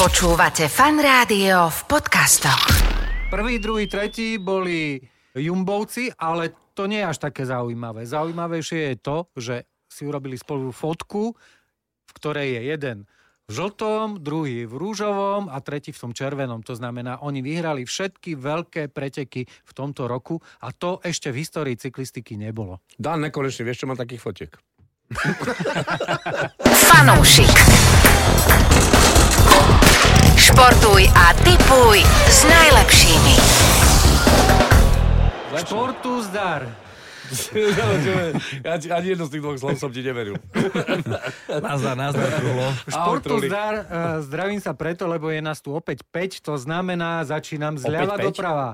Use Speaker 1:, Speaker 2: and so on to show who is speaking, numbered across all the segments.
Speaker 1: Počúvate fan rádio v podcastoch.
Speaker 2: Prvý, druhý, tretí boli jumbovci, ale to nie je až také zaujímavé. Zaujímavejšie je to, že si urobili spolu fotku, v ktorej je jeden v žltom, druhý v rúžovom a tretí v tom červenom. To znamená, oni vyhrali všetky veľké preteky v tomto roku a to ešte v histórii cyklistiky nebolo.
Speaker 3: Dan, nekonečne, vieš, čo mám takých fotiek?
Speaker 1: Fanúšik. Športuj a tipuj s najlepšími.
Speaker 2: Športu zdar!
Speaker 3: ja ti, ani jedno z tých dvoch slov som ti neveril.
Speaker 4: Nazdar, nazdar, Krulo.
Speaker 2: Športu
Speaker 3: truli.
Speaker 2: zdar, eh, zdravím sa preto, lebo je nás tu opäť 5, to znamená, začínam zľava
Speaker 3: Opäť päť?
Speaker 2: doprava.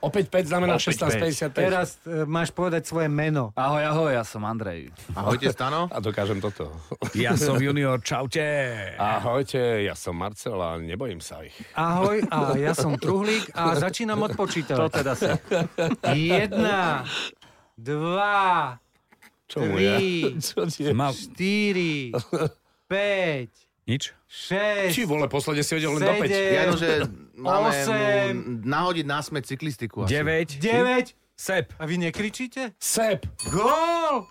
Speaker 3: Opäť 5 znamená
Speaker 4: Opäť
Speaker 3: 16,55.
Speaker 2: Teraz e, máš povedať svoje meno.
Speaker 5: Ahoj, ahoj, ja som Andrej.
Speaker 6: Ahojte, Stano.
Speaker 3: A dokážem toto.
Speaker 4: Ja som junior, čaute.
Speaker 3: Ahojte, ja som Marcel a nebojím sa ich.
Speaker 2: Ahoj, a ja som Truhlík a začínam odpočítavať. To teda sa. Jedna, dva,
Speaker 3: Čo mu je?
Speaker 2: tri,
Speaker 3: Čo ti je?
Speaker 4: Mal...
Speaker 2: štyri, päť,
Speaker 4: Nič?
Speaker 3: Či
Speaker 2: šesť,
Speaker 3: vole, posledne si hodil len do 5.
Speaker 6: Ja viem,
Speaker 2: sedem,
Speaker 6: že máme
Speaker 2: osem.
Speaker 6: mu nahodiť na smet cyklistiku. asi.
Speaker 4: 9.
Speaker 2: deväť.
Speaker 4: Sep.
Speaker 2: A vy nekričíte?
Speaker 3: Sep!
Speaker 2: Gól!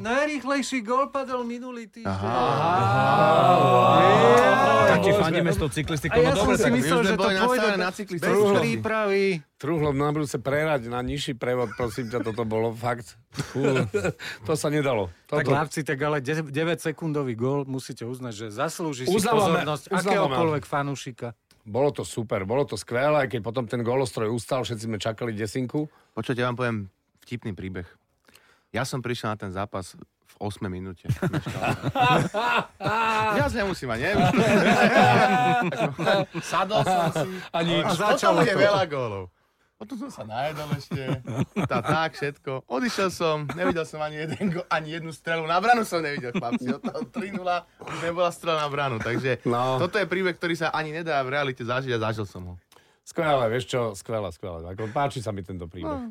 Speaker 2: Veď Najrýchlejší gól padol minulý týždeň.
Speaker 4: Taký
Speaker 3: Bože.
Speaker 4: fandíme s tou cyklistikou.
Speaker 2: A ja
Speaker 4: No
Speaker 2: som
Speaker 4: dobre,
Speaker 2: si
Speaker 4: tak
Speaker 2: myslel,
Speaker 6: my už
Speaker 2: že
Speaker 6: sme
Speaker 2: to
Speaker 6: boli
Speaker 2: pôjde
Speaker 6: nastavené na
Speaker 2: bez
Speaker 6: cyklistiku.
Speaker 2: prípravy.
Speaker 3: Truhlom na budúce prerať na nižší prevod, prosím ťa, toto bolo fakt. to sa nedalo.
Speaker 2: Tak
Speaker 3: Toto.
Speaker 2: chlapci, tak ale 9 sekundový gól musíte uznať, že zaslúži si
Speaker 3: Uznávame,
Speaker 2: pozornosť
Speaker 3: uznávame.
Speaker 2: akéhokoľvek fanúšika.
Speaker 3: Bolo to super, bolo to skvelé, aj keď potom ten golostroj ustal, všetci sme čakali desinku.
Speaker 6: Počujte, ja vám poviem vtipný príbeh. Ja som prišiel na ten zápas v 8 minúte. Viac nemusím ani, neviem. Sadol som si.
Speaker 3: A nič.
Speaker 6: A začalo to. veľa gólov. Potom som sa najedol ešte, tá, tak, všetko. Odišiel som, nevidel som ani, jeden go, ani jednu strelu. Na branu som nevidel, chlapci. Od toho 3 už nebola strela na branu. Takže
Speaker 3: No.
Speaker 6: toto je príbeh, ktorý sa ani nedá v realite zažiť a zažil som ho.
Speaker 3: Skvelé, vieš čo, skvelé, skvelé. Ako, páči sa mi tento príbeh.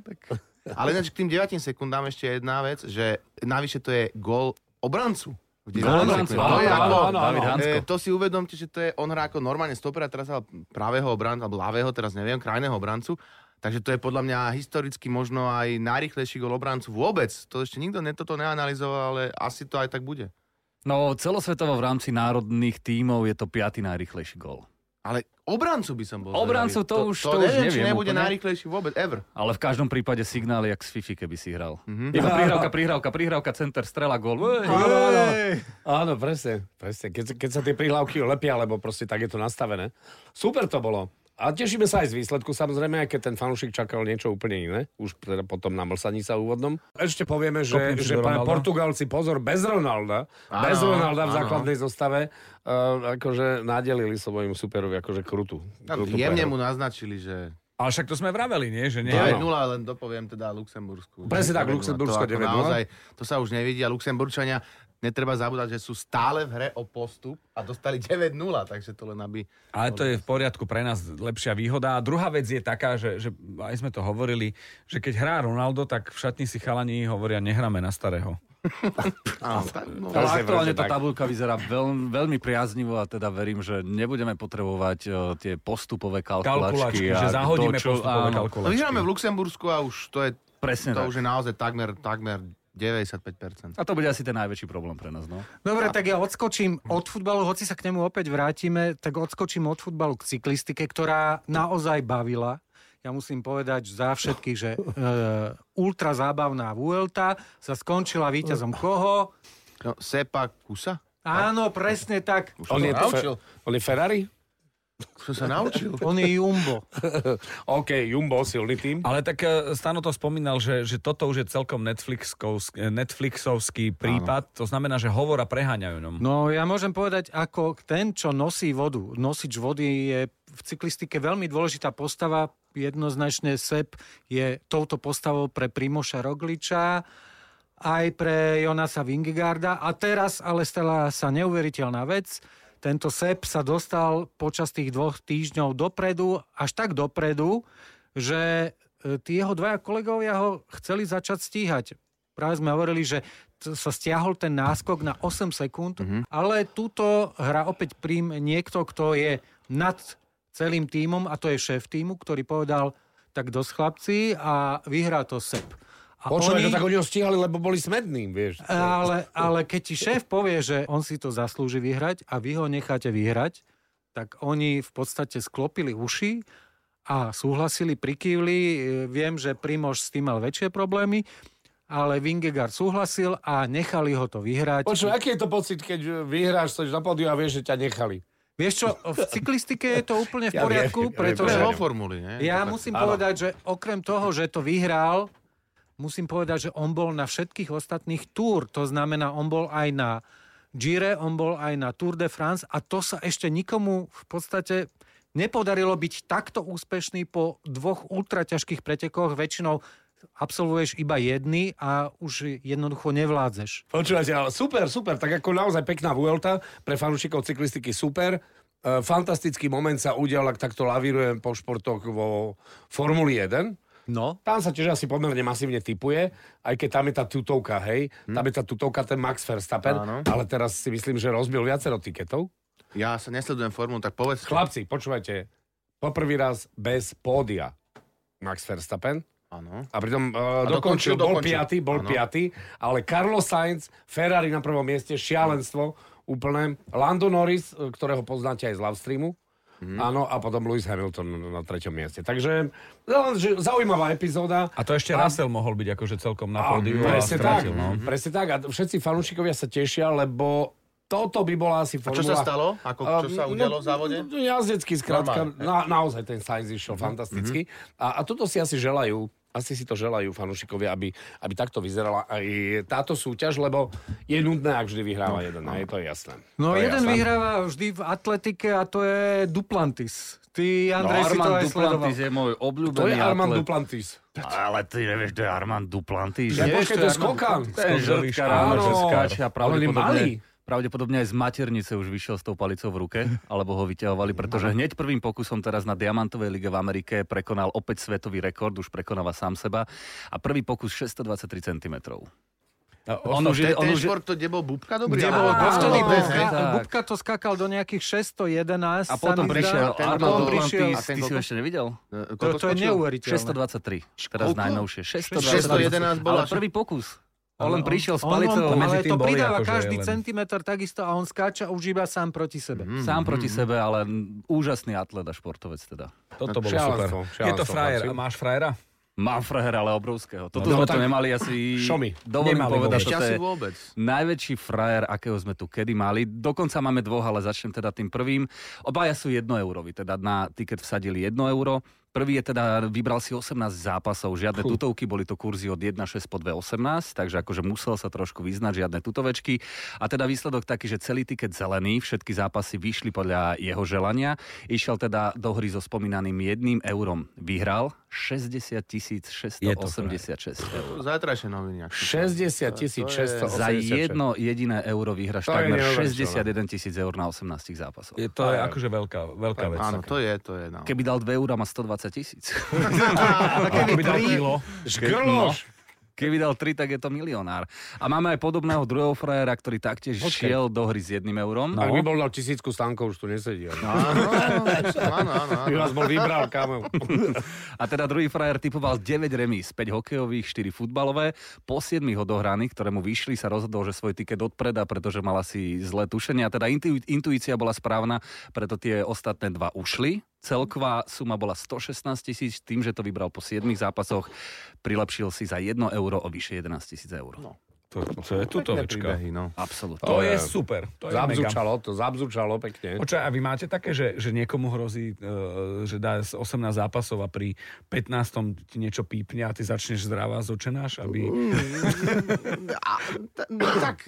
Speaker 6: Ale ináč k tým 9 sekundám ešte jedna vec, že navyše to je gól obrancu. V 9
Speaker 3: obrancu,
Speaker 6: sekundách. To je
Speaker 3: áno,
Speaker 6: ako-
Speaker 3: áno, áno, David
Speaker 6: e,
Speaker 3: Hansko.
Speaker 6: To si uvedomte, že to je, on hrá ako normálne stopera, teraz hral pravého obrancu, alebo ľavého, teraz neviem, krajného obrancu. Takže to je podľa mňa historicky možno aj najrychlejší gol obrancu vôbec. To ešte nikto ne, toto neanalizoval, ale asi to aj tak bude.
Speaker 5: No, celosvetovo v rámci národných tímov je to piatý najrychlejší gól.
Speaker 6: Ale obrancu by som bol.
Speaker 5: Obrancu
Speaker 6: zvedavý.
Speaker 5: to už- to už
Speaker 6: neviem, či
Speaker 5: neviem
Speaker 6: nebude
Speaker 5: úplne.
Speaker 6: najrychlejší vôbec, ever.
Speaker 5: Ale v každom prípade signál, je jak z Fifi, keby si hral.
Speaker 4: Mhm.
Speaker 5: Mm-hmm. Iba prihrávka, prihrávka, prihrávka, center, strela, gól. Ué.
Speaker 3: Áno, áno, áno, presne, presne. Keď, keď sa tie prihlávky lepia, lebo proste tak je to nastavené. Super to bolo. A tešíme sa aj z výsledku, samozrejme, aj keď ten fanúšik čakal niečo úplne iné. Už teda potom na mlsaní sa úvodnom. Ešte povieme, že,
Speaker 4: Kopneme si
Speaker 3: že
Speaker 4: do
Speaker 3: pán
Speaker 4: Ronalda.
Speaker 3: Portugalci, pozor, bez Ronalda, áno, bez
Speaker 6: Áno,
Speaker 3: Ronalda v
Speaker 6: áno.
Speaker 3: základnej zostave, uh, akože nadelili svojim superovi akože krutú. krutú
Speaker 6: No, Jemne
Speaker 3: prehru.
Speaker 6: mu naznačili, že
Speaker 4: Ale však to sme vraveli, nie? Že nie.
Speaker 3: Áno.
Speaker 6: 9-0, len dopoviem teda Luxembursku.
Speaker 3: Presne tak,
Speaker 6: 9:0.
Speaker 3: Luxembursko
Speaker 6: to, ako
Speaker 3: 9:0.
Speaker 6: naozaj, to sa už nevidí a Luxemburčania netreba zabúdať, že sú stále v hre o postup a dostali 9-0, takže to len aby...
Speaker 4: Ale to je v poriadku pre nás lepšia výhoda. A druhá vec je taká, že, že aj sme to hovorili, že keď hrá Ronaldo, tak v šatni si chalani hovoria, nehráme na starého.
Speaker 6: Áno, tak, no,
Speaker 3: Ale
Speaker 5: Ale
Speaker 3: presne
Speaker 5: aktuálne tá
Speaker 3: tak.
Speaker 5: tabulka vyzerá veľ, veľmi priaznivo a teda verím, že nebudeme potrebovať e, tie postupové kalkulačky.
Speaker 4: Kalkulačky,
Speaker 5: a
Speaker 4: že
Speaker 5: kto
Speaker 4: zahodíme
Speaker 5: čo-
Speaker 4: postupové
Speaker 5: áno,
Speaker 6: no,
Speaker 4: kalkulačky.
Speaker 6: vyhráme v Luxembursku a už to je,
Speaker 5: Presne
Speaker 6: to
Speaker 5: tak.
Speaker 6: už je naozaj takmer, takmer 95%.
Speaker 5: A to bude asi ten najväčší problém pre nás, no.
Speaker 2: Dobre, tak ja odskočím od futbalu, hoci sa k nemu opäť vrátime, tak odskočím od futbalu k cyklistike, ktorá naozaj bavila. Ja musím povedať za všetkých, že e, ultra zábavná Vuelta sa skončila víťazom koho?
Speaker 6: No, Sepa Kusa?
Speaker 2: Áno, presne tak.
Speaker 6: Už
Speaker 3: On
Speaker 6: som
Speaker 3: je,
Speaker 6: sa naučil.
Speaker 3: fe- on je Ferrari?
Speaker 6: Už som sa naučil.
Speaker 2: On je Jumbo.
Speaker 3: OK, Jumbo, silný tým.
Speaker 4: Ale tak e, Stano to spomínal, že, že toto už je celkom Netflixkov- e, Netflixovský prípad. To znamená, že hovora preháňajú ňom.
Speaker 2: No ja môžem povedať, ako ten, čo nosí vodu, nosič vody je v cyklistike veľmi dôležitá postava. Jednoznačne Sep je touto postavou pre Primoša Rogliča, aj pre Jonasa Vingegarda. A teraz ale stala sa neuveriteľná vec. Tento Sep sa dostal počas tých dvoch týždňov dopredu, až tak dopredu, že e, tí jeho dvaja kolegovia ho chceli začať stíhať. Práve sme hovorili, že t- sa stiahol ten náskok na 8 sekúnd,
Speaker 3: Mhm.
Speaker 2: mm-hmm. ale túto hra opäť príjme niekto, kto je nad celým tímom a to je šéf týmu, ktorý povedal tak dosť chlapci a vyhrá to SEP. A
Speaker 3: Počúvaj, oni... tak oni ho stíhali, lebo boli smední, vieš.
Speaker 2: Ale, ale keď ti šéf povie, že on si to zaslúži vyhrať a vy ho necháte vyhrať, tak oni v podstate sklopili uši a súhlasili, prikývli. E, Viem, že Primož s tým mal väčšie problémy, ale Vingegaard súhlasil a nechali ho to vyhrať.
Speaker 3: Počúvaj, aký je to pocit, keď e, vyhráš, stojíš na pódiu a vieš, že ťa nechali?
Speaker 2: Vieš čo, v cyklistike je to úplne v
Speaker 3: Ja viem, ja
Speaker 2: poriadku,
Speaker 3: viem,
Speaker 2: pretože...
Speaker 6: Sme vo formuli, nie?
Speaker 2: Ja musím povedať, že okrem toho, že to vyhral, musím povedať, že on bol na všetkých ostatných túr. To znamená, on bol aj na Gire, on bol aj na Tour de France a to sa ešte nikomu v podstate nepodarilo byť takto úspešný po dvoch ultraťažkých pretekoch. Väčšinou absolvuješ iba jedny a už jednoducho nevládzeš.
Speaker 3: Počúvajte, ale super, super, tak ako naozaj pekná Vuelta, pre fanúšikov cyklistiky super. E, fantastický moment sa udial, ak takto lavírujem po športoch vo Formuli 1.
Speaker 2: No,
Speaker 3: Tam sa tiež asi pomerne masívne typuje, aj keď tam je tá tutovka, hej. Tam je tá tutovka, ten Max Verstappen,
Speaker 6: Áno.
Speaker 3: ale teraz si myslím, že rozbil viacero tiketov.
Speaker 6: Ja sa nesledujem formu, tak povedz.
Speaker 3: Chlapci, počúvajte, poprvý raz bez pódia Max Verstappen,
Speaker 6: Áno.
Speaker 3: a pritom uh,
Speaker 6: A
Speaker 3: dokončil,
Speaker 6: dokončil,
Speaker 3: bol
Speaker 6: dokončil.
Speaker 3: piaty, bol
Speaker 6: Áno.
Speaker 3: piaty, ale Carlos Sainz, Ferrari na prvom mieste, šialenstvo úplné, Lando Norris, e, ktorého poznáte aj z Livestreamu,
Speaker 6: Mhm.
Speaker 3: áno, a potom Lewis Hamilton na treťom mieste. Takže no, že zaujímavá epizóda.
Speaker 4: A to ešte
Speaker 3: A-
Speaker 4: Russell mohol byť akože celkom na
Speaker 3: A
Speaker 4: pódiu a
Speaker 3: presne tak,
Speaker 4: strátil, no.
Speaker 3: presne tak. A všetci fanúšikovia sa tešia, lebo toto by bola asi
Speaker 6: A
Speaker 3: formula...
Speaker 6: čo sa stalo? Ako, čo
Speaker 3: Um,
Speaker 6: sa udialo v závode?
Speaker 3: No, jazdecky, skrátka.
Speaker 6: Normálne, Mhm, hej.
Speaker 3: Na, naozaj ten Sainz išiel fantasticky. A, a toto si asi želajú, asi si to želajú fanúšikovia, aby, aby takto vyzerala aj táto súťaž, lebo je nudné, ak vždy
Speaker 6: No.
Speaker 3: vyhráva jeden, hej, to je jasné.
Speaker 2: no
Speaker 3: to je
Speaker 2: jeden
Speaker 3: jasné.
Speaker 2: vyhráva vždy v atletike a to je Duplantis. Ty,
Speaker 5: No,
Speaker 2: Andrej, si to
Speaker 5: Armand
Speaker 2: aj sledoval.
Speaker 5: Duplantis je môj obľúbený
Speaker 3: To je Armand
Speaker 5: atlet.
Speaker 3: Duplantis.
Speaker 5: Ale ty nevieš, to je Armand Duplantis.
Speaker 3: Ja,
Speaker 5: Nevieš,
Speaker 3: počkaj, to je skokan.
Speaker 5: Ten žrtkar,
Speaker 4: Áno.
Speaker 5: áno, že skáče a
Speaker 3: Ale on je malý.
Speaker 5: pravdepodobne, pravdepodobne aj z maternice už vyšiel s tou palicou v ruke, alebo ho vyťahovali, pretože hneď prvým pokusom teraz na Diamantovej lige v Amerike prekonal opäť svetový rekord, už prekonáva sám seba a prvý pokus 623 cm. On už
Speaker 6: Ten,
Speaker 5: je, on
Speaker 6: ten
Speaker 5: už je,
Speaker 6: šport, to kde bol Bubka dobrý?
Speaker 2: Kde
Speaker 6: ale-
Speaker 2: bol
Speaker 6: Áno,
Speaker 2: dovtedy
Speaker 6: áno,
Speaker 2: Bubka,
Speaker 6: hej.
Speaker 5: tak.
Speaker 2: Bubka to skákal do nejakých 611.
Speaker 5: a
Speaker 2: sa
Speaker 5: potom
Speaker 2: mi
Speaker 5: prišiel
Speaker 2: zdá.
Speaker 6: ten
Speaker 5: Armand
Speaker 2: potom prišiel-
Speaker 5: Duplantis,
Speaker 6: a ten
Speaker 5: ty si ho
Speaker 6: koľko?
Speaker 5: ešte nevidel?
Speaker 6: E,
Speaker 2: To,
Speaker 6: koľko
Speaker 2: to je
Speaker 6: skočil?
Speaker 2: neuveriteľné.
Speaker 5: 623, teraz
Speaker 6: Koľko?
Speaker 5: najnovšie.
Speaker 6: 611 bola.
Speaker 5: ale prvý pokus. On len prišiel s
Speaker 2: On, on,
Speaker 5: palicou.
Speaker 4: medzi
Speaker 2: ale
Speaker 4: tým
Speaker 2: to
Speaker 4: boli
Speaker 2: pridáva
Speaker 4: akože
Speaker 2: každý
Speaker 4: len- Mhm.
Speaker 2: centimetr takisto a on skáča už iba sám proti sebe.
Speaker 5: Sám proti sebe, ale mm, úžasný atlet a športovec teda.
Speaker 4: Toto bolo super.
Speaker 3: Šialenstvo,
Speaker 4: Je to
Speaker 3: šialenstvo,
Speaker 4: frajer.
Speaker 3: chlapci.
Speaker 4: A máš frajera?
Speaker 5: Mám frahera, ale obrovského. Toto
Speaker 3: No,
Speaker 5: no, sme
Speaker 3: tak-
Speaker 5: tu nemali asi...
Speaker 3: Šomi.
Speaker 5: Dovolím
Speaker 4: Nemali
Speaker 5: povedať,
Speaker 4: vôbec.
Speaker 5: že to
Speaker 6: Šťastie
Speaker 5: je
Speaker 6: vôbec.
Speaker 5: najväčší frajer, akého sme tu kedy mali. Dokonca máme dvoch, ale začnem teda tým prvým. Obaja sú jednoeurovi, teda na tiket vsadili 1 euro. Prvý je teda, vybral si 18 zápasov, žiadne tutovky, boli to kurzy od 1,6 po 2,18, takže akože musel sa trošku vyznať, žiadne tutovečky. A teda výsledok taký, že celý tiket zelený, všetky zápasy vyšli podľa jeho želania. Išiel teda do hry so spomínaným jedným eurom. Vyhral 60 686
Speaker 4: Je to
Speaker 5: eur.
Speaker 6: Zajtrajšie noviny. ak si-
Speaker 3: 60 686.
Speaker 5: Za jedno jediné euro
Speaker 3: To
Speaker 5: vyhráš
Speaker 3: je
Speaker 5: takmer
Speaker 3: neuveriteľné.
Speaker 5: 61 tisíc eur na 18 zápasoch.
Speaker 4: Je to je akože veľká, veľká vec.
Speaker 6: Áno, to je, to je. No.
Speaker 5: Keby dal 2 eurá, má 120 tisíc.
Speaker 4: Keby dal kilo.
Speaker 3: Škrloš.
Speaker 5: Keby dal 3, tak je to milionár. A máme aj podobného druhého frajera, ktorý taktiež šiel do hry s jedným
Speaker 4: No,
Speaker 5: eurom.
Speaker 3: Ak by bol dal tisícku stánkov, už tu nesedí. No.
Speaker 6: Áno, áno, áno.
Speaker 3: By
Speaker 6: áno.
Speaker 3: vás bol vybral, kámo.
Speaker 5: A teda druhý frajer typoval 9 remíz, 5 hokejových, 4 futbalové. Po 7 odohraných, ktoré mu vyšli, sa rozhodol, že svoj tiket odpredá, pretože mal asi zlé tušenie. A teda intu- intuícia bola správna, preto tie ostatné dva ušli. Celková suma bola 116 tisíc, tým, že to vybral po 7 zápasoch, prilepšil si za 1 euro o vyše 11 tisíc eur. No.
Speaker 4: To, to je tutovečka.
Speaker 6: Príbehy, no.
Speaker 5: Absolútne.
Speaker 4: To je super. To je mega.
Speaker 3: Zabzučalo to, zabzučalo pekne.
Speaker 4: Počkaj, a vy máte také, že, že niekomu hrozí, e, že dá z 18 zápasov a pri 15. ti niečo pípne a ty začneš zdravá zočenáš, aby...
Speaker 6: A, t- no, tak,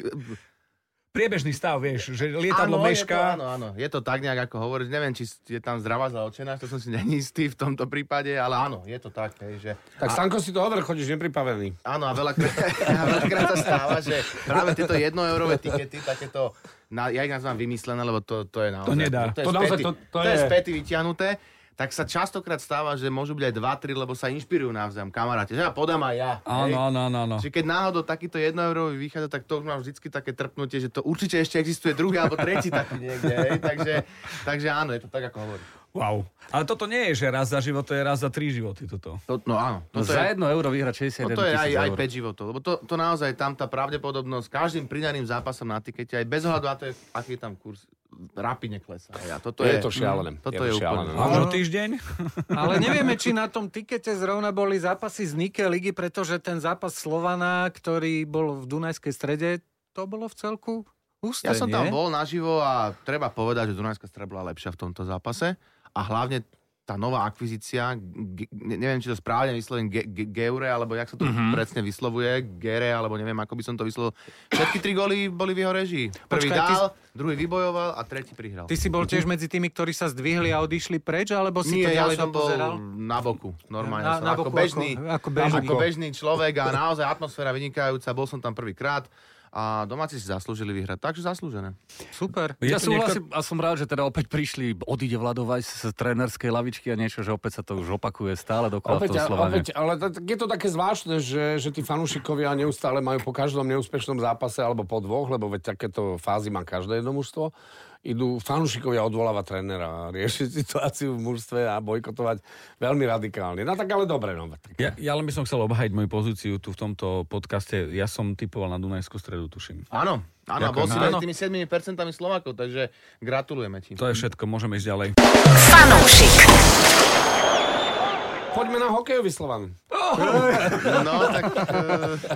Speaker 4: Priebežný stav, vieš, že lietadlo
Speaker 6: áno, je to,
Speaker 4: meška.
Speaker 6: áno, áno, je to tak nejak, ako hovoríš. Neviem, či je tam zdravá zaočená, to som si není istý v tomto prípade, ale áno, je to tak, hej, že...
Speaker 3: Tak Stanko si to over, chodíš nepripravený.
Speaker 6: Áno, a veľakrát, a veľakrát sa stáva, že práve tieto jednoeurové tikety, takéto, na, ja ich nazvám vymyslené, lebo to, to je naozaj...
Speaker 4: nedá.
Speaker 6: To, je
Speaker 3: To naozaj,
Speaker 6: späty,
Speaker 3: to- to
Speaker 6: to je
Speaker 3: je-
Speaker 6: späty vyťahnuté. tak sa častokrát stáva, že môžu byť aj 2-3, lebo sa inšpirujú navzájom kamaráti. Že ja podám aj ja. hej?
Speaker 4: Áno, áno, áno, áno.
Speaker 6: Čiže keď náhodou takýto 1 eurový vychádza, tak to už mám vždycky také trpnutie, že to určite ešte existuje druhý alebo tretí taký niekde. Hej? Takže, takže áno, je to tak, ako hovorí.
Speaker 4: Wow. Ale toto nie je, že raz za život, to je raz za tri životy toto.
Speaker 6: To, no áno.
Speaker 5: No
Speaker 6: toto
Speaker 5: za
Speaker 6: je-
Speaker 5: jedno euro vyhrať 61
Speaker 6: No to je aj,
Speaker 5: tisíc
Speaker 6: aj
Speaker 5: eur.
Speaker 6: 5 životov, lebo to, to naozaj tam tá pravdepodobnosť každým pridaným zápasom na tikete, aj bez ohľadu na to, je, aký je tam kurz, rapidne klesá. A toto
Speaker 3: Je
Speaker 6: je, Mm,
Speaker 3: to šialené.
Speaker 6: Toto
Speaker 3: Je
Speaker 6: je,
Speaker 3: to
Speaker 6: úplne.
Speaker 3: šialené. no.
Speaker 4: A už o týždeň?
Speaker 2: Ale nevieme, či na tom tikete zrovna boli zápasy z Nike ligy, pretože ten zápas Slovana, ktorý bol v Dunajskej strede, to bolo v celku husté,
Speaker 6: Ja som tam
Speaker 2: nie?
Speaker 6: bol naživo a treba povedať, že Dunajská streda bola lepšia v tomto zápase a hlavne tá nová akvizícia, ge, ne- neviem, či to správne vyslovím, ge, ge, Geure, alebo jak sa to
Speaker 2: Mhm.
Speaker 6: mm-hmm. presne vyslovuje, Gere, alebo neviem, ako by som to vyslovil. Všetky tri góly boli v jeho režii.
Speaker 2: Počkaj,
Speaker 6: Prvý
Speaker 2: ty-
Speaker 6: dal, druhý vybojoval a tretí prihral.
Speaker 2: Ty si bol tiež medzi tými, ktorí sa zdvihli a odišli preč, alebo si to
Speaker 6: Nie, ja
Speaker 2: ďalej
Speaker 6: som bol
Speaker 2: dopozeral?
Speaker 6: na boku, normálne.
Speaker 2: Na-
Speaker 6: som,
Speaker 2: na
Speaker 6: ako,
Speaker 2: boku,
Speaker 6: bežný,
Speaker 2: ako- ako bežný.
Speaker 6: ako bežný človek a naozaj atmosféra vynikajúca, bol som tam prvýkrát a domáci si zaslúžili vyhrať, takže zaslúžené.
Speaker 2: Super.
Speaker 4: Je
Speaker 5: Ja
Speaker 4: tu niekto-
Speaker 5: súhlasím a som rád, že teda opäť prišli, odíde Vladovaj z trénerskej lavičky a niečo, že opäť sa to už opakuje stále dokola v
Speaker 3: Opäť,
Speaker 5: tom
Speaker 3: a-
Speaker 5: Slovane.
Speaker 3: opäť, ale to, je to také zvláštne, že, že tí fanúšikovia neustále majú po každom neúspešnom zápase alebo po dvoch, lebo veď takéto fázy má každé jedno mužstvo, idú fanúšikovia odvolávať trénera a riešiť situáciu v mužstve a bojkotovať veľmi radikálne. No tak ale dobre, no. Tak.
Speaker 4: Ja, ja len by som chcel obhájiť moju pozíciu tu v tomto podcaste. Ja som typoval na Dunajskú stredu, tuším.
Speaker 6: Áno, áno,
Speaker 4: Ďakujem.
Speaker 6: bol si
Speaker 4: Áno.
Speaker 6: medzi tými 7% Slovákov, takže gratulujeme ti.
Speaker 4: To je všetko, môžeme ísť ďalej.
Speaker 1: Fanúšik.
Speaker 3: Poďme na hokejový Slovan.
Speaker 6: No, tak,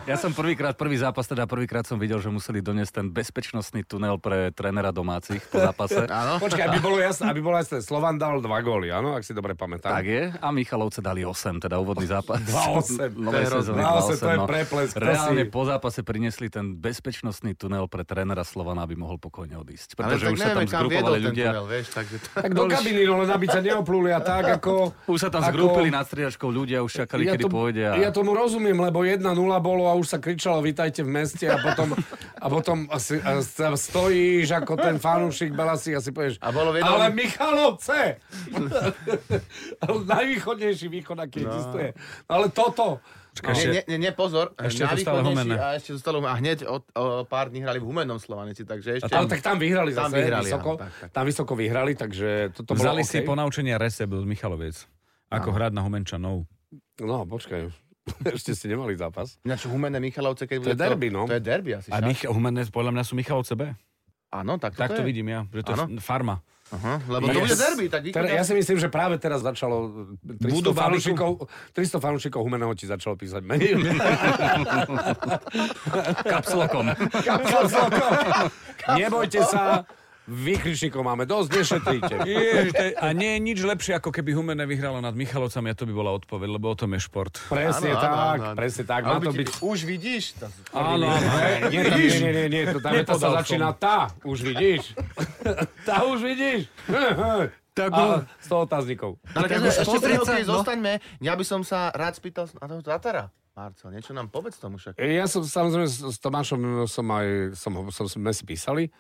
Speaker 5: Ja som prvýkrát, prvý zápas, teda prvýkrát som videl, že museli doniesť ten bezpečnostný tunel pre trénera domácich po zápase.
Speaker 6: áno.
Speaker 3: Počkaj, aby bolo jasné, aby bolo jasné. Slovan dal dva góly, áno, ak si dobre pamätám.
Speaker 5: Tak je. A Michalovce dali 8, teda úvodný zápas.
Speaker 3: 2:8.
Speaker 5: Novej
Speaker 6: To je
Speaker 5: sezóny
Speaker 3: rozdiel. 2:8, to
Speaker 5: 2:8,
Speaker 3: je
Speaker 5: no.
Speaker 3: preplesk, prosím.
Speaker 5: Reálne po zápase priniesli ten bezpečnostný tunel pre trénera Slovana, aby mohol pokojne odísť.
Speaker 6: Ale
Speaker 5: Pretože
Speaker 6: tak
Speaker 5: už sa tam
Speaker 6: nevieme, kam viedol
Speaker 5: zgrupovali
Speaker 6: ten
Speaker 5: ľudia.
Speaker 6: tunel, vieš, takže to...
Speaker 3: Tak do kabiny, no len aby ťa neoplúli a tak, ako...
Speaker 5: Už sa tam
Speaker 3: ako-
Speaker 5: zgrúpili nad striedačkou ľudia, už čakali, kedy
Speaker 3: tomu-
Speaker 5: pôjde. A...
Speaker 3: Ja tomu rozumiem, lebo 1-0 bolo a už sa kričalo vítajte v meste a potom, a potom asi, a sa stojíš ako ten fanúšik Belasi a si povieš,
Speaker 6: A bolo vedom-
Speaker 3: ale Michalovce! Najvýchodnejší východ,
Speaker 5: No.
Speaker 3: aký existuje. No, Ale toto...
Speaker 4: Počkaj, ešte,
Speaker 6: Nie, nie, nie, pozor,
Speaker 4: Ešte je to
Speaker 6: na
Speaker 4: stále
Speaker 6: východnejší
Speaker 4: Humenné.
Speaker 6: a ešte zostalo a hneď o, o pár dní hrali v Humennom Slovanici, takže ešte...
Speaker 3: Ale tak tam vyhrali
Speaker 6: Tam
Speaker 3: zase,
Speaker 6: vyhrali,
Speaker 3: vysoko,
Speaker 6: áno, tak, tak.
Speaker 3: tam vysoko vyhrali, takže toto bolo
Speaker 4: vzali
Speaker 3: OK.
Speaker 4: si ponaučenia recept od Michaloviec. Ako hrať na Humenčanov.
Speaker 3: No, počkaj, ešte ste nemali zápas.
Speaker 6: Ináč Humenné Michalovce, keď
Speaker 3: To je
Speaker 6: bude
Speaker 3: derby, no.
Speaker 6: To je derby asi.
Speaker 4: A
Speaker 6: však.
Speaker 4: Mich- Humenné, podľa mňa sú Michalovce B.
Speaker 6: Áno, tak to
Speaker 4: Tak to
Speaker 6: je.
Speaker 4: vidím ja, že to
Speaker 6: Áno.
Speaker 4: je farma.
Speaker 6: Aha, No, lebo
Speaker 3: Ja
Speaker 6: to bude
Speaker 3: s-
Speaker 6: derby, tak
Speaker 3: No Teraz,
Speaker 6: víkend.
Speaker 3: ja si myslím, že práve teraz začalo 300
Speaker 4: Budú babiku?
Speaker 3: fanúšikov, 300 fanúšikov Humeného ti začalo písať menej.
Speaker 5: Kapslokom.
Speaker 3: Nebojte sa, vykričníkov máme dosť, nešetríte.
Speaker 4: Ježiš, to je, a nie je nič lepšie, ako keby Humenné vyhralo nad Michalovcami a to by bola odpoveď, lebo o tom je šport.
Speaker 3: Presne
Speaker 6: Áno, áno,
Speaker 3: tak,
Speaker 6: áno, áno.
Speaker 3: presne tak. Má
Speaker 6: Ale
Speaker 3: to
Speaker 6: by ti-
Speaker 3: byť...
Speaker 6: Už vidíš? To...
Speaker 4: Áno,
Speaker 3: Nie, nie, nie, nie, nie, nie, to tam je, to
Speaker 4: Nepodal som.
Speaker 3: sa začína tá, už vidíš. tá už vidíš.
Speaker 2: Tak
Speaker 4: no.
Speaker 3: Ale s toho otáznikov.
Speaker 6: Ale
Speaker 2: Tak
Speaker 6: keď sme
Speaker 2: už
Speaker 6: ešte pri
Speaker 2: pozrieť
Speaker 6: hokeji
Speaker 2: sa, no.
Speaker 6: zostaňme, ja by som sa rád spýtal na toho Tatara. Marcel, niečo nám povedz tomu však.
Speaker 3: Ja som samozrejme s s Tomášom som aj, som, ho- som, sme si písali.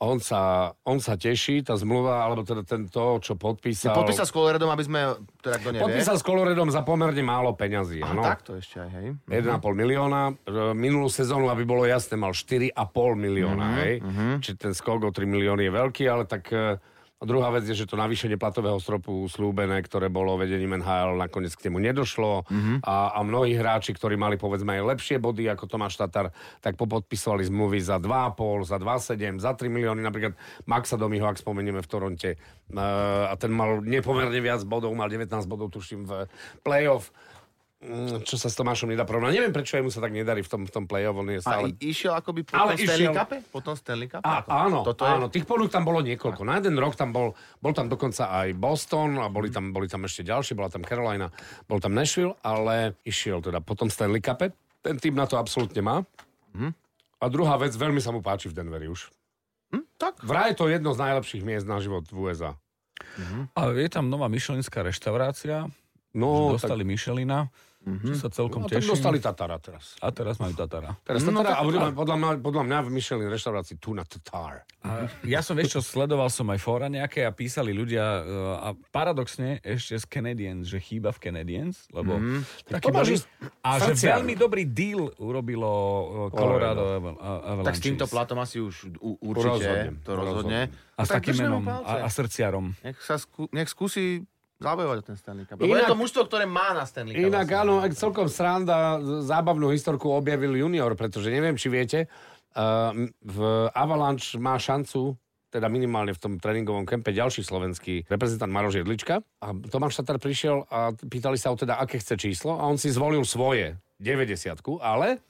Speaker 3: On sa, on sa teší, tá zmluva, alebo teda ten to, čo podpísal.
Speaker 6: Podpísal s Coloredom, aby sme, teda kto nevie.
Speaker 3: podpísal s Coloredom za pomerne málo peňazí.
Speaker 6: Aha,
Speaker 3: áno.
Speaker 6: takto ešte aj, hej.
Speaker 3: 1,5 milióna. E, Minulú sezónu, aby bolo jasné, mal 4,5 milióna. Mm-hmm, hej? Mm-hmm. Čiže ten skok o 3 milióny je veľký, ale tak... e, A druhá vec je, že to navýšenie platového stropu slúbené, ktoré bolo vedením NHL, nakoniec k nemu nedošlo. Mm-hmm. A, a mnohí hráči, ktorí mali povedzme aj lepšie body ako Tomáš Tatar, tak popodpisovali zmluvy za 2,5, za 2,7, za 3 milióny. Napríklad Maxa Domiho, ak spomenieme v Toronte. E, a ten mal nepomerne viac bodov, mal 19 bodov, tuším, v playoff. Mm, čo sa s Tomášom nedá porovnať. Neviem, prečo jemu sa tak nedarí v tom, v tom play-off, on je
Speaker 6: A
Speaker 3: stále...
Speaker 6: i- išiel akoby po
Speaker 3: Ale
Speaker 6: tom Stanley
Speaker 3: išiel.
Speaker 6: Cupe? Po tom Stanley Cupe?
Speaker 3: A,
Speaker 6: Ako-
Speaker 3: áno,
Speaker 6: Toto je-
Speaker 3: áno, tých ponúk tam bolo niekoľko. Na jeden rok tam bol, bol tam dokonca aj Boston a
Speaker 6: Mhm.
Speaker 3: boli tam, boli tam ešte ďalší, bola tam Carolina, bol tam Nashville, ale išiel teda potom Stanley Cup. Ten tým na to absolútne má.
Speaker 6: Mhm.
Speaker 3: A druhá vec, veľmi sa mu páči v Denveri už.
Speaker 6: Hm, tak.
Speaker 3: Vraj je to jedno z najlepších miest na život v USA.
Speaker 4: A je tam nová myšlenská reštaurácia,
Speaker 3: No, tak,
Speaker 4: Dostali Michelina, čo sa celkom
Speaker 3: no tak
Speaker 4: teším.
Speaker 3: dostali Tatara teraz.
Speaker 4: A teraz majú Tatara.
Speaker 3: Teraz
Speaker 6: No,
Speaker 3: Tatara, a budeme, podľa, mňa, podľa mňa v Michelin reštaurácii tu na Tatar.
Speaker 4: A ja som, vieš čo, sledoval som aj fóra nejaké a písali ľudia e, a paradoxne ešte z Canadiens, že chýba v Canadiens, lebo
Speaker 6: Mhm.
Speaker 4: mm,
Speaker 3: Tak to máš ísť
Speaker 4: a že
Speaker 3: srdciar.
Speaker 4: veľmi dobrý deal urobilo e, Colorado Aval- A- Avalanche.
Speaker 6: no. Tak s týmto platom asi už u, určite
Speaker 3: Rozhodne,
Speaker 6: to rozhodne.
Speaker 4: A s
Speaker 6: Tak
Speaker 4: takým
Speaker 6: držme mu
Speaker 4: menom
Speaker 6: palce.
Speaker 4: a, a srdciarom.
Speaker 6: Nech, sa skú, nech skúsi zabojovať o ten Stanley Cup. Lebo
Speaker 3: Inak-
Speaker 6: je to mužstvo, ktoré má na Stanley Cup.
Speaker 3: Inak
Speaker 6: vlastne.
Speaker 3: áno, ak celkom sranda, z- zábavnú historku objavil junior, pretože neviem, či viete, ehm, v Avalanche má šancu teda minimálne v tom tréningovom kempe ďalší slovenský reprezentant Maroš Jedlička. A Tomáš Tatar prišiel a t- pýtali sa ho teda, aké chce číslo a on si zvolil svoje, 90 ale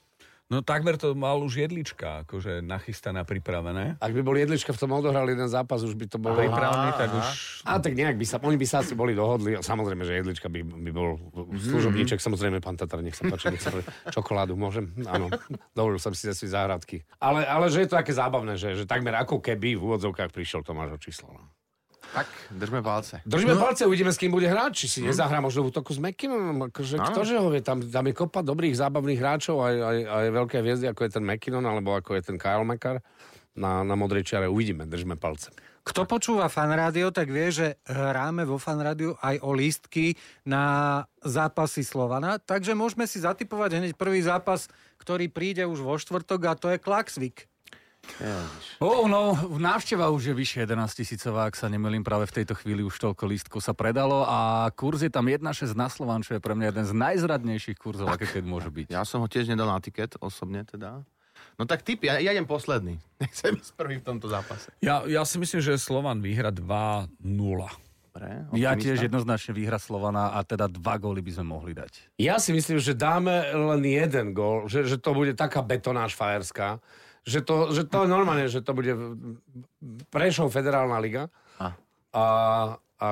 Speaker 4: No takmer to mal už jedlička, akože nachystaná, pripravené.
Speaker 3: ak by bol Jedlička v tom odohral jeden zápas, už by to bolo...
Speaker 4: Pripravený, tak už...
Speaker 3: A tak nejak by sa, oni by sa asi boli dohodli. Samozrejme, že jedlička by, by bol služobníček. Samozrejme, pán Tatar, nech sa páči, nech sa páči. Čokoládu môžem? Áno, dovolil som si zase záhradky. Ale, ale že je to také zábavné, že, že takmer ako keby v úvodzovkách prišiel Tomáš o číslo. no.
Speaker 6: Tak, držme palce.
Speaker 3: Držíme no. palce, uvidíme, s kým bude hrať. Či si nezahrá možno v útoku s Mekinom. Akože,
Speaker 6: Áno.
Speaker 3: ktože ho vie, tam, tam je kopa dobrých zábavných hráčov aj, aj, aj veľké hviezdy, ako je ten Mekinon, alebo ako je ten Kyle Makar na, na modrej čiare. Uvidíme, držme palce.
Speaker 2: Kto počúva fanrádio, tak vie, že hráme vo fanrádiu aj o lístky na zápasy Slovana, takže môžeme si zatipovať hneď prvý zápas, ktorý príde už vo štvrtok a to je Klaxvik.
Speaker 5: Oh, no, návšteva už je vyššie 11 tisícová, ak sa nemýlim, práve v tejto chvíli už toľko lístkov sa predalo a kurz je tam 1,6 na Slovan, čo je pre mňa jeden z najzradnejších kurzov, aké keď môže byť.
Speaker 6: Ja som ho tiež nedal na tiket, osobne teda. No tak typ, ja, ja idem posledný. Nechcem ísť prvý v tomto zápase.
Speaker 4: Ja, ja si myslím, že Slovan vyhra 2-0.
Speaker 6: Dobre,
Speaker 5: Ja
Speaker 6: optimista.
Speaker 5: tiež jednoznačne vyhra Slovana a teda dva góly by sme mohli dať.
Speaker 3: Ja si myslím, že dáme len jeden gól, že, že to bude taká betonáž fajerská, že to, že to normálne, že to bude v- Prešov federálna liga
Speaker 6: A.
Speaker 3: a, a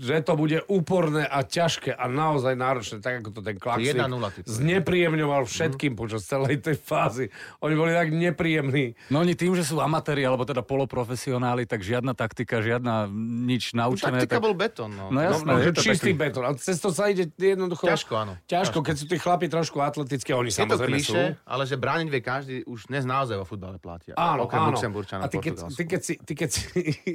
Speaker 3: že to bude úporné a ťažké a naozaj náročné, tak ako to ten Klaxvik
Speaker 6: 1:0 ty povieš.
Speaker 3: znepríjemňoval všetkým počas celej tej fázy. Oni boli tak nepríjemní.
Speaker 5: No oni tým, že sú amatéri alebo teda poloprofesionáli, tak žiadna taktika, žiadna nič
Speaker 6: No,
Speaker 5: naučené.
Speaker 6: Taktika bol betón, no.
Speaker 5: No jasné,
Speaker 3: No,
Speaker 5: je
Speaker 3: že
Speaker 5: to
Speaker 3: čistý
Speaker 5: taký...
Speaker 3: taký... betón. A cez to sa ide jednoducho...
Speaker 6: Ťažko, áno.
Speaker 3: Ťažko, keď sú tí chlapi trošku atletické, oni
Speaker 6: Je to
Speaker 3: samozrejme sú.
Speaker 6: klišé, ale že brániť vie každý, už dnes naozaj vo futbale platí.
Speaker 3: Áno,
Speaker 6: Okrem
Speaker 3: áno. a
Speaker 6: Luxemburčana,
Speaker 3: ty keď,
Speaker 6: Portugalsku.
Speaker 3: ty keď si, ty keď si,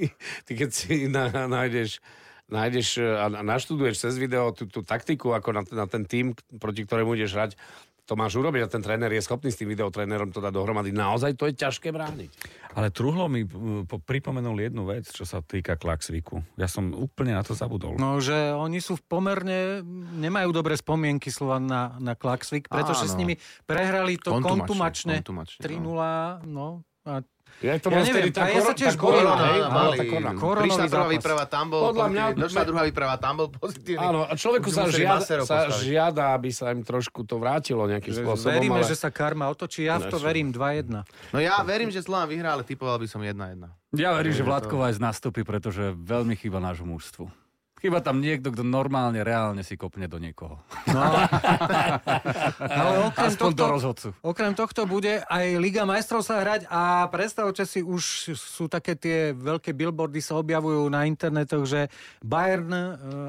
Speaker 3: ty keď si na, nájdeš, nájdeš e, a a naštuduješ cez video tú, tú taktiku, ako na, na ten tým, proti ktorému ideš hrať, to máš urobiť a ten tréner je schopný s tým videotrénerom to dať dohromady. Naozaj to je ťažké brániť.
Speaker 4: Ale Truhlo mi mm, po- pripomenul jednu vec, čo sa týka Klaxviku. Ja som úplne na to zabudol.
Speaker 2: No, že oni sú v pomerne, nemajú dobré spomienky Slovan na, na Klaxvik, pretože
Speaker 6: Áno.
Speaker 2: s nimi prehrali to
Speaker 6: Kontumačne,
Speaker 2: kontumačné, 3-0,
Speaker 6: kontumačne,
Speaker 2: no. A
Speaker 3: Ja, to
Speaker 2: Ja
Speaker 3: bolo
Speaker 2: neviem,
Speaker 3: vtedy tá
Speaker 2: a ja
Speaker 3: koro-
Speaker 2: sa tiež
Speaker 3: tá
Speaker 2: bojím,
Speaker 3: korona,
Speaker 6: Korona,
Speaker 3: hej?
Speaker 6: áno,
Speaker 3: Bola
Speaker 6: mali-
Speaker 3: tá korona.
Speaker 2: Koronový
Speaker 6: Prišla prvá
Speaker 2: zápas.
Speaker 6: výprava, tam bol
Speaker 3: Podľa mňa-
Speaker 6: pozitívny, došla druhá výprava, tam bol pozitívny.
Speaker 3: Áno, a človeku
Speaker 6: Už
Speaker 3: sa
Speaker 6: museli
Speaker 3: žiada,
Speaker 6: Maserov
Speaker 3: sa
Speaker 6: postaviť.
Speaker 3: žiada, aby sa im trošku to vrátilo nejakým
Speaker 2: že
Speaker 3: spôsobom.
Speaker 2: veríme,
Speaker 3: ale...
Speaker 2: že sa karma otočí, ja v to
Speaker 3: Našu.
Speaker 2: verím 2-1.
Speaker 6: No ja verím, že Slovan vyhrá, ale typoval by som 1-1.
Speaker 5: Ja verím,
Speaker 6: Je
Speaker 5: že
Speaker 6: to-
Speaker 5: Vládková aj nastúpi, pretože veľmi chýba nášmu mužstvu. Chýba tam niekto, kto normálne, reálne si kopne do niekoho.
Speaker 2: No, Ale okrem
Speaker 5: Aspoň
Speaker 2: tohto,
Speaker 5: do rozhodcu.
Speaker 2: Okrem tohto bude aj Liga majstrov sa hrať a predstavte si, už sú také tie veľké billboardy sa objavujú na internetoch, že Bayern e,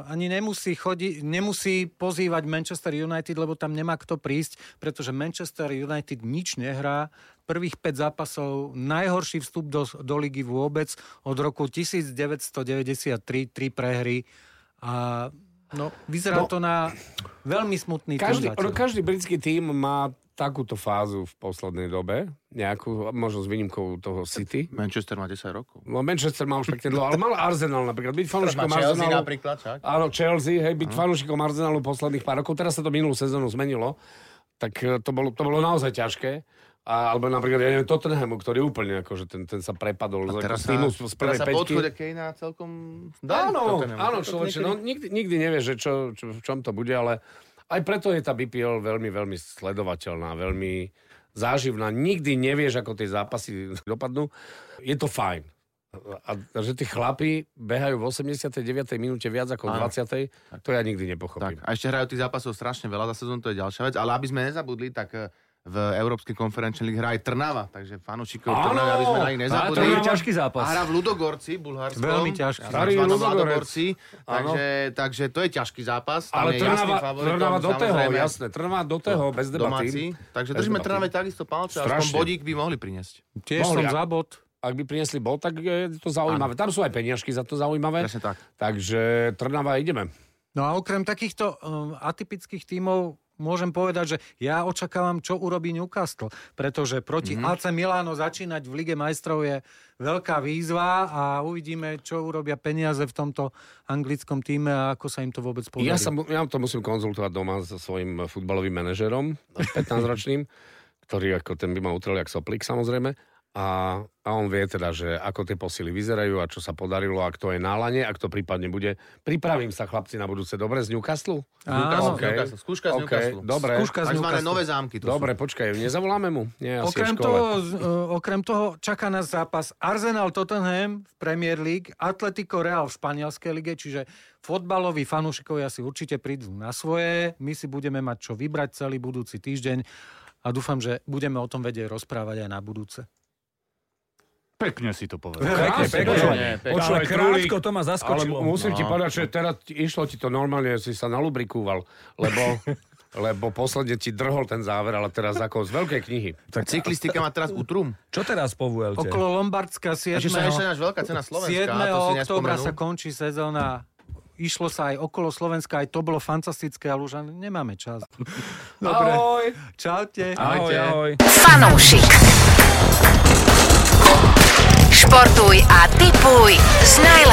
Speaker 2: ani nemusí, chodi, nemusí pozývať Manchester United, lebo tam nemá kto prísť, pretože Manchester United nič nehrá. Prvých 5 zápasov, najhorší vstup do, do ligy vôbec od roku 1993, 3 prehry a no, vyzerá
Speaker 3: No.
Speaker 2: to na veľmi smutný tým
Speaker 3: Každý,
Speaker 2: zatiaľ.
Speaker 3: no, každý britský tým má takúto fázu v poslednej dobe, nejakú, možno s výnimkou toho City.
Speaker 6: Manchester má 10 rokov.
Speaker 3: No Manchester má už pekne dlho, ale mal Arsenal napríklad. Byť fanúšikom
Speaker 6: Má Chelsea
Speaker 3: Arsenalu...
Speaker 6: napríklad, čak.
Speaker 3: Áno, Chelsea, hej, byť fanúšikom Arsenalu posledných pár rokov. Teraz sa to minulú sezónu zmenilo, tak e, to bolo, to bolo naozaj ťažké. A, alebo napríklad, ja neviem, Tottenhamu, ktorý úplne akože ten, ten sa prepadol z,
Speaker 6: Teraz
Speaker 3: z
Speaker 6: sa,
Speaker 3: týmu z, z
Speaker 6: teraz
Speaker 3: prvej
Speaker 6: sa po
Speaker 3: peťky.
Speaker 6: odchode Kejna celkom darí.
Speaker 3: Áno,
Speaker 6: Tottenhamu.
Speaker 3: áno,
Speaker 6: To- to
Speaker 3: človeče,
Speaker 6: niekedy-
Speaker 3: no nikdy, nikdy nevieš, že čo, čo, v čom to bude, ale aj preto je tá BPL veľmi, veľmi sledovateľná, veľmi záživná. Nikdy nevieš, ako tie zápasy dopadnú. Je to fajn. A a že tí chlapi behajú v 89. minúte viac ako v
Speaker 6: Áno.
Speaker 3: 20. To ja nikdy nepochopím.
Speaker 6: Tak, a ešte hrajú tých zápasov strašne veľa za sezón, to je ďalšia vec, ale aby sme nezabudli, tak eh, v Európskej konferenčnej lige hrá aj Trnava, takže fanúšikov
Speaker 3: Áno!
Speaker 6: Trnava, aby sme na nich
Speaker 5: to je
Speaker 6: nezabudli.
Speaker 5: ťažký zápas.
Speaker 6: A hra v Ludogorci, Bulharskom.
Speaker 2: Veľmi ťažký.
Speaker 3: Starý
Speaker 6: Starý
Speaker 3: Ludogorec.
Speaker 6: Ludogorci, takže, takže to je ťažký zápas. Tam
Speaker 3: Ale
Speaker 6: je jasným
Speaker 3: Trnava,
Speaker 6: favoritom,
Speaker 3: Trnava do toho,
Speaker 6: samozrejme,
Speaker 3: jasné. Trnava do toho, bez
Speaker 6: Domáci.
Speaker 3: debaty.
Speaker 6: Takže
Speaker 3: Bez
Speaker 6: držíme
Speaker 3: debaty.
Speaker 6: Trnave takisto palce, aspoň
Speaker 3: Strašne.
Speaker 6: bodík by mohli priniesť.
Speaker 2: Tiež
Speaker 3: Mohli,
Speaker 2: som
Speaker 3: ak-
Speaker 2: za bod.
Speaker 3: Ak by priniesli bol, tak je to zaujímavé. Tam sú aj peniažky za to zaujímavé.
Speaker 6: Presne tak.
Speaker 3: Takže Trnava ideme.
Speaker 2: No a okrem takýchto um, atypických tímov môžem povedať, že ja očakávam, čo urobí Newcastle, pretože proti mm-hmm. AC Milano začínať v Lige majstrov je veľká výzva a uvidíme, čo urobia peniaze v tomto anglickom týme a ako sa im to vôbec podarí.
Speaker 3: Ja, sa, mu- ja to musím konzultovať doma so svojím futbalovým manažerom, 15-ročným, ktorý ako ten by ma utrel jak soplik samozrejme. A, a on vie teda, že ako tie posily vyzerajú a čo sa podarilo a kto je na lane a kto prípadne bude. Pripravím sa chlapci na budúce. Dobre, z Newcastle?
Speaker 2: Áno.
Speaker 3: OK.
Speaker 6: Z Newcastle. Skúška z
Speaker 3: OK,
Speaker 6: Newcastle.
Speaker 3: Dobre,
Speaker 2: Skúška z
Speaker 6: Takzvané
Speaker 2: Newcastle.
Speaker 6: nové zámky to
Speaker 3: dobre počkaj, nezavoláme mu? Nie, asi
Speaker 2: Okrem
Speaker 3: je v škole.
Speaker 2: toho, z- e, okrem toho čaká nás zápas Arsenal Tottenham v Premier League, Atletico Real v španielskej lige, čiže fotbaloví fanúšikovia si určite prídu na svoje. My si budeme mať čo vybrať celý budúci týždeň a dúfam, že budeme o tom vedieť rozprávať aj na budúce.
Speaker 5: Pekne si to povedal.
Speaker 3: Pekne,
Speaker 4: Krásne,
Speaker 3: pekne.
Speaker 4: počúvaj. Ale
Speaker 3: Počúvaj, Krulík,
Speaker 4: krátko to ma
Speaker 3: Ale
Speaker 4: zaskočilo.
Speaker 3: musím ti povedať, že teraz ti- išlo ti to normálne, si sa nalubrikúval, lebo, lebo posledne ti drhol ten záver, ale teraz ako z veľkej knihy.
Speaker 6: sú. Cyklistika má teraz utrum.
Speaker 4: Čo teraz po VLT?
Speaker 2: Okolo Lombardska 7.
Speaker 6: Takže sa ešte náš veľká cena Slovenska, a to si
Speaker 2: 7. októbra
Speaker 6: nespomenul.
Speaker 2: sa končí sezóna Išlo sa aj okolo Slovenska, aj to bolo fantastické, ale už ani nemáme čas. Dobre,
Speaker 3: Ahoj!
Speaker 2: čaute.
Speaker 4: Ahoj, ahoj.
Speaker 1: Fanúšik. Športuj a tipuj s najlepšími.